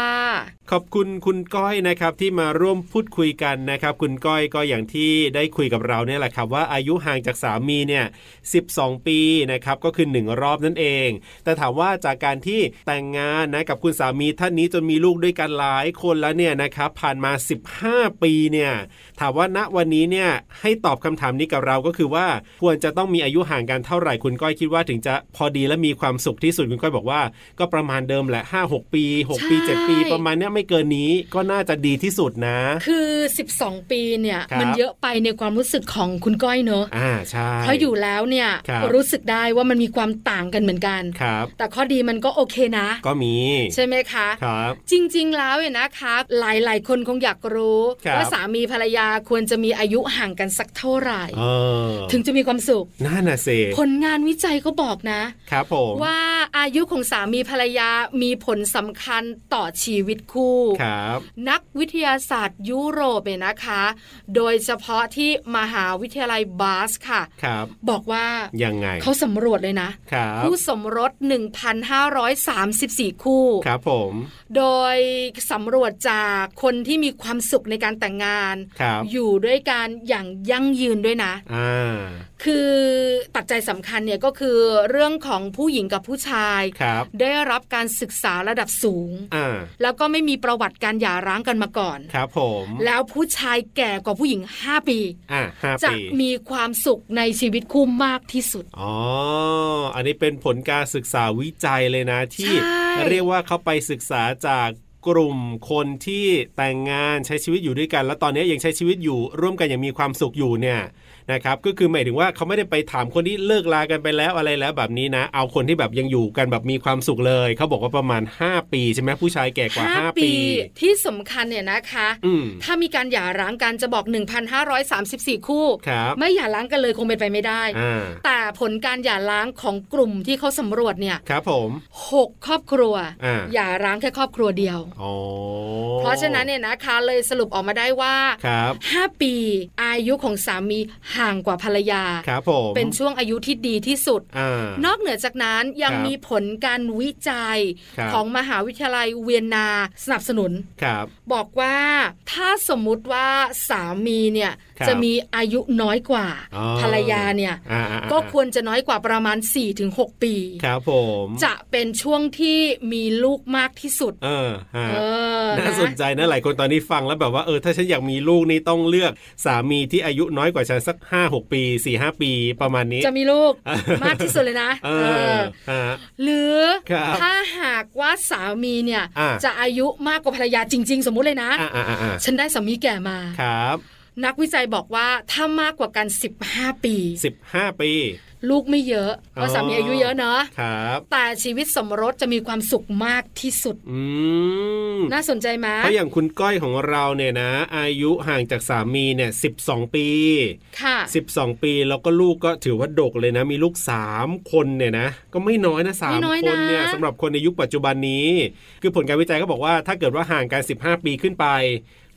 Speaker 2: ขอบคุณคุณก้อยนะครับที่มาร่วมพูดคุยกันนะครับ คุณก้อยก็อย่างที่ได้คุยกับเราเนี่ยแหละครับ ว่าอายุห่างจากสามีเนี่ย12 ปีนะครับก็คือ 1 รอบนั่นเอง แต่ถามว่าจากการที่แต่งงานนะกับคุณสามีท่านนี้จนมีลูกด้วยกันหลายคนแล้วเนี่ยนะครับผ่านมา 15 ปีเนี่ยถามว่าณวันนี้เนี่ยให้ตอบคำถามนี้กับเราก็คือว่าควรจะต้องมีอายุห่างกันเท่าไหร่คุณก้อยคิดว่าถึงจะพอดีและมีความสุขที่สุดคุณก้อยบอกว่า ก็ประมาณเดิมแหละ5-6 ปี 6 ปี
Speaker 1: ใช่
Speaker 2: 7 ปีประมาณ อันเนี้ยไม่เกินนี้ก็น่าจะดีที่สุดนะ
Speaker 1: คือ 12 ปีเนี่ย
Speaker 2: ครับ
Speaker 1: มันเยอะไปในความรู้สึกของคุณก้อยเนอะ
Speaker 2: อ่าใช่
Speaker 1: เพราะอยู่แล้วเนี่ย
Speaker 2: ครับ
Speaker 1: รู้สึกได้ว่ามันมีความต่างกันเหมือนกัน
Speaker 2: ครับ
Speaker 1: แต่ข้อดีมันก็โอเคนะ
Speaker 2: ก็มี
Speaker 1: ใช่ไหมคะ
Speaker 2: ครับ
Speaker 1: จริง ๆ แล้วเนี่ยนะคะ หลาย ๆ คนคงอยากรู้
Speaker 2: ครับ
Speaker 1: ว่าสามีภรรยาควรจะมีอายุห่างกันสักเท่าไหร่
Speaker 2: เออ
Speaker 1: ถึงจะมีความสุข
Speaker 2: น่าน่ะเซ
Speaker 1: ผลงานวิจัยก็บอกนะ
Speaker 2: ครับผม
Speaker 1: ว่าอายุของสามีภรรยามีผลสำคัญต่อชีวิตคู่
Speaker 2: ครับ
Speaker 1: นักวิทยาศาสตร์ยุโรปเนี่ยนะคะ โดยเฉพาะที่มหาวิทยาลัยบาสค่ะ
Speaker 2: ครับ
Speaker 1: บอกว่า
Speaker 2: ยังไง
Speaker 1: เขาสำรวจเลยนะ
Speaker 2: ครับ
Speaker 1: ผู้สมรส 1,534 คู่
Speaker 2: ครับผม
Speaker 1: โดยสำรวจจากคนที่มีความสุขในการแต่งงาน
Speaker 2: ครับ
Speaker 1: อยู่ด้วยกันอย่างยั่งยืนด้วยนะ
Speaker 2: อ่า
Speaker 1: คือปัจจัยสำคัญเนี่ยก็คือเรื่องของผู้หญิงกับผู้ชาย
Speaker 2: ครับ
Speaker 1: ได้รับการศึกษาระดับสูง
Speaker 2: อ่า
Speaker 1: แล้วก็ไม่มีประวัติการหย่าร้างกันมาก่อน
Speaker 2: ครับผม
Speaker 1: แล้วผู้ชายแก่กว่าผู้หญิง 5 ปี
Speaker 2: อ่าห้า
Speaker 1: จะ
Speaker 2: ปี
Speaker 1: มีความสุขในชีวิตคู่มากที่สุด
Speaker 2: อ๋อ อันนี้เป็นผลการศึกษาวิจัยเลยนะ ที่
Speaker 1: ใช่
Speaker 2: เรียกว่าเขาไปศึกษาจากกลุ่มคนที่แต่งงานใช้ชีวิตอยู่ด้วยกัน แล้วตอนนี้ยังใช้ชีวิตอยู่ ร่วมกันอย่างมีความสุขอยู่เนี่ยนะครับ ก็คือหมายถึงว่าเขาไม่ได้ไปถามคนที่เลิกลากันไปแล้วอะไรแล้วแบบนี้นะ เอาคนที่แบบยังอยู่กันแบบมีความสุขเลย เขาบอกว่าประมาณ 5 ปีใช่ไหมผู้ชายแก่กว่า 5 ปี
Speaker 1: ที่สำคัญเนี่ยนะคะ
Speaker 2: อืม
Speaker 1: ถ้ามีการหย่าร้างกันจะบอก 1,534 คู่
Speaker 2: ครับ
Speaker 1: ไม่หย่าร้างกันเลยคงเป็นไปไม่ได้
Speaker 2: อ่า
Speaker 1: แต่ผลการหย่าร้างของกลุ่มที่เขาสำรวจเนี่ย
Speaker 2: ครับผม
Speaker 1: หกครอบครัว
Speaker 2: อ่า
Speaker 1: หย่าร้างแค่ครอบครัวเดียว
Speaker 2: อ๋อ
Speaker 1: เพราะฉะนั้นเนี่ยนะคะเลยสรุปออกมาได้ว่า
Speaker 2: ครับ
Speaker 1: 5 ปีอายุของสามีห่างกว่าภรรยา
Speaker 2: ครับผม
Speaker 1: เป็นช่วงอายุที่ดีที่สุด
Speaker 2: อ่า
Speaker 1: นอกเหนือจากนั้นยัง
Speaker 2: ครับ
Speaker 1: มีผลการวิจัย
Speaker 2: ครับ
Speaker 1: ของมหาวิทยาลัยเวียนนาสนับสนุน
Speaker 2: ครับ
Speaker 1: บอกว่าถ้าสมมุติว่าสามีเนี่ย
Speaker 2: ครับ
Speaker 1: จะมีอายุน้อยกว่า
Speaker 2: อ๋อ
Speaker 1: ภรรยาเนี่ย
Speaker 2: อ่าๆๆ
Speaker 1: ก็ควรจะน้อยกว่าประมาณ 4-6 ปี
Speaker 2: ครับผม
Speaker 1: จะเป็นช่วงที่มีลูกมากที่สุด
Speaker 2: เออฮะ
Speaker 1: เออ
Speaker 2: น่าสนใจนะหลายคนตอนนี้ฟังแล้วแบบว่าเออถ้าฉันอยากมีลูกนี่ต้องเลือกสามีที่อายุน้อยกว่าฉันสัก 5 6 ปี 4 5 ปีประมาณนี้
Speaker 1: จะมีลูก
Speaker 2: เออ
Speaker 1: มากที่สุดเลยนะ
Speaker 2: เอ
Speaker 1: เอ
Speaker 2: อ
Speaker 1: อ
Speaker 2: ฮะ
Speaker 1: หรือ
Speaker 2: ครับ
Speaker 1: ถ้าหากว่าสามีเนี่ย
Speaker 2: อ่า
Speaker 1: จะอายุมากกว่าภรรยาจริง ๆ สมมุติเลยนะ
Speaker 2: อ่าอ่าอ่า
Speaker 1: ฉันได้สามีแก่มา
Speaker 2: ครับ
Speaker 1: นักวิจัยบอกว่าถ้ามากกว่ากัน 15 ปี
Speaker 2: สิบห้าปี
Speaker 1: ลูกไม่เยอะเพราะ
Speaker 2: อ๋อ
Speaker 1: สามีอายุเยอะเนาะ
Speaker 2: ครับ
Speaker 1: แต่ชีวิตสมรสจะมีความสุขมากที่สุด
Speaker 2: อืม
Speaker 1: น่าสนใจไหม
Speaker 2: เพราะอย่างคุณก้อยของเราเนี่ยนะ อายุห่างจากสามีเนี่ยสิบสองปี
Speaker 1: ค่ะ
Speaker 2: 12 ปีแล้วก็ลูกก็ถือว่าดกเลยนะ มีลูก 3 คนเนี่ยนะ ก็ไม่น้อยนะสาม
Speaker 1: ไม่น้อย
Speaker 2: ค
Speaker 1: นะ
Speaker 2: นเนี่ยสำหรับคนในยุคปัจจุบันนี้ คือผลการวิจัยก็บอกว่าถ้าเกิดว่าห่างกัน 15 ปีขึ้นไป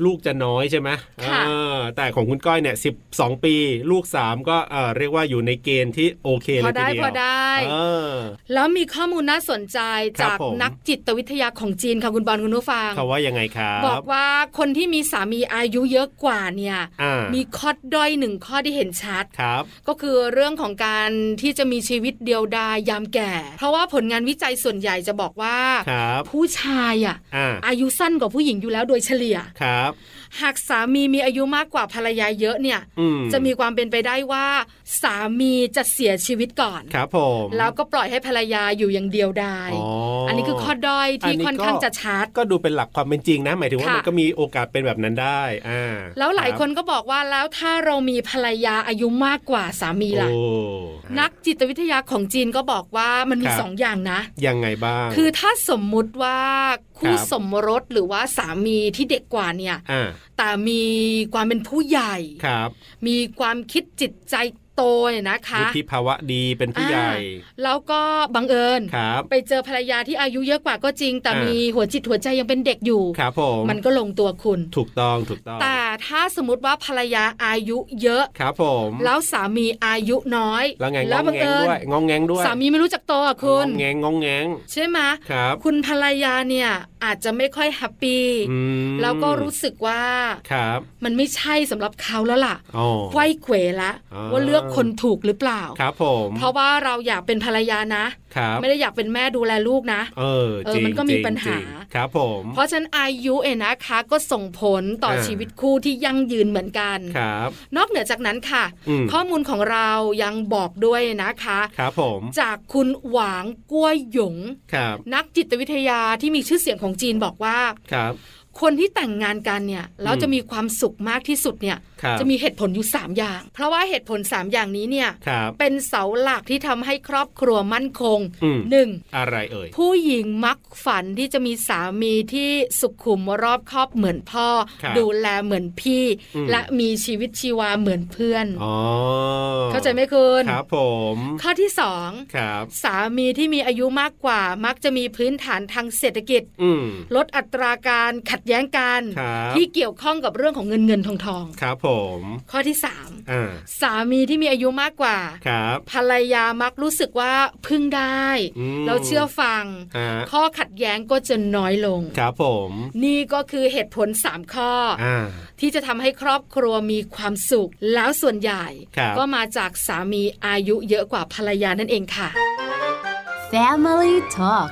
Speaker 2: ลูกจะน้อยใช่ไหม
Speaker 1: ค่ะ
Speaker 2: เออแต่ของคุณก้อยเนี่ย12 ปี ลูก 3 ก็เออเรียกว่าอยู่ในเกณฑ์ที่โอเค
Speaker 1: พ
Speaker 2: เล
Speaker 1: อย
Speaker 2: ที
Speaker 1: ได้
Speaker 2: เดียว
Speaker 1: พอได้
Speaker 2: เออ
Speaker 1: แล้วมีข้อมูลน่าสนใจ
Speaker 2: ครั
Speaker 1: จา
Speaker 2: บ
Speaker 1: ก
Speaker 2: ผม
Speaker 1: นักจิตวิทยาของจีนค่ะคุณบอลคุณนุฟัง
Speaker 2: เขาว่ายังไงครับ
Speaker 1: บอกว่าคนที่มีสามีอายุเยอะกว่าเนี่ย
Speaker 2: อ่า
Speaker 1: มีข้อด้อยหนึ่งข้อที่เห็นชัด
Speaker 2: ครับ
Speaker 1: ก็คือเรื่องของการที่จะมีชีวิตเดียวดายยามแก่ เพราะว่าผลงานวิจัยส่วนใหญ่จะบอกว่า
Speaker 2: ครับ
Speaker 1: ผู้ชายอ่ะ
Speaker 2: อ่า
Speaker 1: อายุสั้นกว่าผู้หญิงอยู่แล้วโดยเฉลี่ย
Speaker 2: ครับ
Speaker 1: หากสามีมีอายุมากกว่าภรรยาเยอะเนี่ย
Speaker 2: อืม
Speaker 1: จะมีความเป็นไปได้ว่า สามีจะเสียชีวิตก่อน
Speaker 2: ครับผม
Speaker 1: แล้วก็ปล่อยให้ภรรยาอยู่อย่างเดียวดาย
Speaker 2: อ๋ออั
Speaker 1: นนี้คือข้อด้อยที่
Speaker 2: อันนี้ก็
Speaker 1: ค่อนข้างจะชัด
Speaker 2: ก็ดูเป็นหลักความเป็นจริงนะ หมายถึงว่า
Speaker 1: ค่ะ
Speaker 2: มันก็มีโอกาสเป็นแบบนั้นได้ อ่า
Speaker 1: แล้วหลายคน
Speaker 2: รับ
Speaker 1: ก็บอกว่าแล้วถ้าเรามีภรรยาอายุมากกว่าสามีล่ะ
Speaker 2: โอ้
Speaker 1: นักจิตวิทยาของจีนก็บอกว่ามันมีสองอย่างนะ
Speaker 2: ยังไงบ้าง
Speaker 1: คือถ้าสมมุติว่าคู่
Speaker 2: ครับ
Speaker 1: สมรสหรือว่าสามีที่เด็กกว่าเนี่ย
Speaker 2: อ่า
Speaker 1: แต่มีความเป็นผู้ใหญ่
Speaker 2: ครับ
Speaker 1: มีความคิดจิตใจโตเนี่ยนะคะ
Speaker 2: วุฒิภาวะดีเป็นผู้ใหญ่
Speaker 1: อ่าแล้วก็บังเอิญ
Speaker 2: ครับ
Speaker 1: ไปเจอภรรยาที่อายุเยอะกว่าก็จริง แต่
Speaker 2: อ่ามี
Speaker 1: มีหัวจิตหัวใจยังเป็นเด็กอยู่
Speaker 2: ครับผม
Speaker 1: มันก็ลงตัวคุณ
Speaker 2: ถูกต้องถูกต้อง
Speaker 1: แต่ถ้าสมมติว่าภรรยาอายุเยอะ
Speaker 2: ครับผม
Speaker 1: แล้วสามีอายุน้อย
Speaker 2: แล้วไงง
Speaker 1: แล้
Speaker 2: อ
Speaker 1: ว
Speaker 2: ง
Speaker 1: บัง
Speaker 2: แงง
Speaker 1: เอิญ
Speaker 2: ด้วยงองแงงด้วย
Speaker 1: สามีไม่รู้จักตัวอะคุณ
Speaker 2: งองแงงงองแงง
Speaker 1: ใช่ไหม
Speaker 2: ครับ
Speaker 1: คุณภรรยาเนี่ยอาจจะไม่ค่อยแฮปปี้
Speaker 2: อืม
Speaker 1: แล้วก็รู้สึกว่า
Speaker 2: ครับ
Speaker 1: มันไม่ใช่สำหรับเขาแล้วล่ะ
Speaker 2: อ๋อ
Speaker 1: ไขว้เขวละ
Speaker 2: อ๋อ
Speaker 1: ว่าเลือกคนถูกหรือเปล่า
Speaker 2: ครับผม
Speaker 1: เพราะว่าเราอยากเป็นภรรยานะ
Speaker 2: ครับ
Speaker 1: ไม่ได้อยากเป็นแม่ดูแลลูกนะ
Speaker 2: เออ
Speaker 1: เออ
Speaker 2: จริง
Speaker 1: มันก็มี
Speaker 2: จริง
Speaker 1: ปัญหา
Speaker 2: จริงครับผม
Speaker 1: เพราะฉะนั้นอายุเอ็นะคะก็ส่งผลต่ออา ชีวิตคู่ที่ยั่งยืนเหมือนกัน
Speaker 2: ครับ
Speaker 1: นอกเหนือจากนั้นค่ะ
Speaker 2: อืม
Speaker 1: ข้อมูลของเรายังบอกด้วยนะคะ
Speaker 2: ครับผม
Speaker 1: จากคุณหวางกล้วยหยง
Speaker 2: ครับ
Speaker 1: นักจิตวิทยาที่มีชื่อเสียงของจีนบอกว่า
Speaker 2: ครับ
Speaker 1: คนที่แต่งงานกันเนี่ยแล้วจะมีความสุขมากที่สุดเนี่ย
Speaker 2: ครับ
Speaker 1: จะมีเหตุผลอยู่ 3 อย่าง เพราะว่าเหตุผล 3 อย่างนี้เนี่ย
Speaker 2: ครับ
Speaker 1: เป็นเสาหลักที่ทำให้ครอบครัวมั่นคง
Speaker 2: อืม
Speaker 1: หนึ่ง
Speaker 2: อะไรเอ่ย
Speaker 1: ผู้หญิงมักฝันที่จะมีสามีที่สุขุมรอบครอบเหมือนพ่อ
Speaker 2: ครับ
Speaker 1: ดูแลเหมือนพี่
Speaker 2: อืม
Speaker 1: และมีชีวิตชีวาเหมือนเพื่อน
Speaker 2: อ๋อ
Speaker 1: เข้าใจไหมคุณ
Speaker 2: ครับผม
Speaker 1: ข้อที่สอง
Speaker 2: ครับ
Speaker 1: สามีที่มีอายุมากกว่า มักจะมีพื้นฐานทางเศรษฐกิจ
Speaker 2: อืม
Speaker 1: ลดอัตราการขัดแย้งกัน
Speaker 2: ครับ
Speaker 1: ที่เกี่ยวข้องกับเรื่องของเงินเงินทองทอง
Speaker 2: ครับผม
Speaker 1: ข้อที่สาม
Speaker 2: อ่า
Speaker 1: สามีที่มีอายุมากกว่า
Speaker 2: ครับ
Speaker 1: ภรรยามักรู้สึกว่าพึ่งได้
Speaker 2: อืม
Speaker 1: เราเชื่อฟัง
Speaker 2: ฮะ
Speaker 1: ข้อขัดแย้งก็จะน้อยลง
Speaker 2: ครับผม
Speaker 1: นี่ก็คือเหตุผล 3 ข้ออ
Speaker 2: อ่า
Speaker 1: ที่จะทำให้ครอบครัวมีความสุข แล้วส่วนใหญ่
Speaker 2: ครับ
Speaker 1: ก็มาจากสามีอายุเยอะกว่าภรรยานั่นเองค่ะ
Speaker 4: Family Talk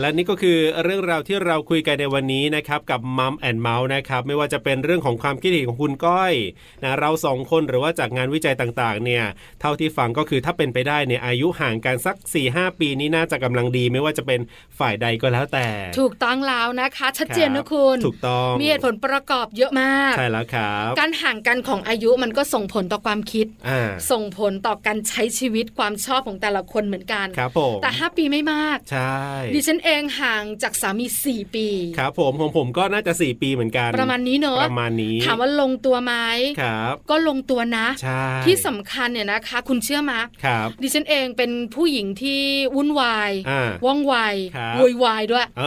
Speaker 2: และนี่ก็คือเรื่องราวที่เราคุยกันในวันนี้นะครับกับมัมแอนเมาส์นะครับไม่ว่าจะเป็นเรื่องของความคิดเห็นของคุณก้อยนะเราสองคนหรือว่าจากงานวิจัยต่างๆเนี่ยเท่าที่ฟังก็คือถ้าเป็นไปได้เนี่ยอายุห่างกันสัก4ีหปีนี้น่าจะกำลังดี ไม่ว่าจะเป็นฝ่ายใดก็แล้วแต่
Speaker 1: ถูกต้องแล้วนะคะ ชัดเจน
Speaker 2: รั
Speaker 1: นะ
Speaker 2: บ
Speaker 1: คุณ
Speaker 2: ถูกต้อง
Speaker 1: มีเหตุผลประกอบเยอะมาก
Speaker 2: ใช่แล้วครับ
Speaker 1: การห่างกันของอายุมันก็ส่งผลต่อความคิด
Speaker 2: อ่า
Speaker 1: ส่งผลต่อการใช้ชีวิตความชอบของแต่ละคนเหมือนกัน
Speaker 2: ครับผม
Speaker 1: แต่ 5 ปีไม่มาก
Speaker 2: ใช่
Speaker 1: ดิฉันเองห่างจากสามี 4 ปี
Speaker 2: ครับผมของผมก็น่าจะ 4 ปีเหมือนกัน
Speaker 1: ประมาณนี้เนอะ
Speaker 2: ประมาณนี้
Speaker 1: ถามว่าลงตัวไหม
Speaker 2: ครับ
Speaker 1: ก็ลงตัวนะ
Speaker 2: ใช่
Speaker 1: ที่สำคัญเนี่ยนะคะ คุณเชื่อไหม
Speaker 2: ครับ
Speaker 1: ดิฉันเองเป็นผู้หญิงที่วุ่นวาย
Speaker 2: อ่า
Speaker 1: ว่องไว
Speaker 2: ครับ
Speaker 1: โวุ่นวายด้วย
Speaker 2: เอ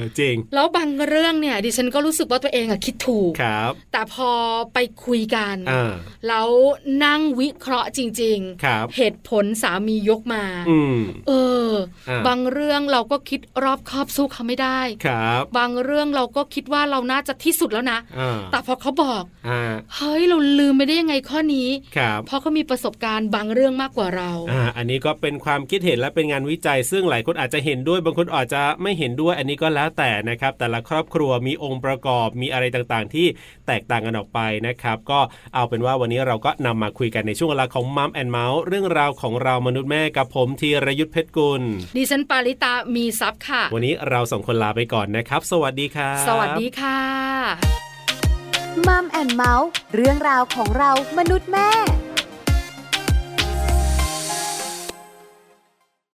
Speaker 2: อจริง
Speaker 1: แล้วบางเรื่องเนี่ย ดิฉันก็รู้สึกว่าตัวเองอะคิดถูก
Speaker 2: ครับ
Speaker 1: แต่พอไปคุยกัน
Speaker 2: อ่า
Speaker 1: แล้วนั่งวิเคราะห์จริง
Speaker 2: ครับ
Speaker 1: เหตุผลสามียกมา
Speaker 2: อืม
Speaker 1: เออ
Speaker 2: อ่า
Speaker 1: บางเรื่องเราก็คิดรอบคอบสู้เขาไม่ได้
Speaker 2: ครับ
Speaker 1: บางเรื่องเราก็คิดว่าเราน่าจะที่สุดแล้วนะ
Speaker 2: อ่า
Speaker 1: แต่พอเขาบอก
Speaker 2: อ่า
Speaker 1: เฮ้ย เราลืมไปได้ยังไงข้อนี้
Speaker 2: ครับ
Speaker 1: เพราะเขามีประสบการณ์บางเรื่องมากกว่าเรา
Speaker 2: อ่า อันนี้ก็เป็นความคิดเห็นและเป็นงานวิจัย ซึ่งหลายคนอาจจะเห็นด้วย บางคนอาจจะไม่เห็นด้วย อันนี้ก็แล้วแต่นะครับ แต่ละครอบครัวมีองค์ประกอบ มีอะไรต่างๆ ที่แตกต่างกันออกไปนะครับ ก็เอาเป็นว่าวันนี้เราก็นำมาคุยกันในช่วงเวลาของมัมแอนเมาส์เรื่องราวของเรามนุษย์แม่กับผมธีรยุทธเพชรกุล
Speaker 1: ดิฉันปาริตามีซับค่ะ
Speaker 2: วันนี้เราสองคนลาไปก่อนนะครับ สวัสดีครับ
Speaker 1: สวัสดีค่ะ
Speaker 4: มัมแอนเมาส์เรื่องราวของเรามนุษย์แม่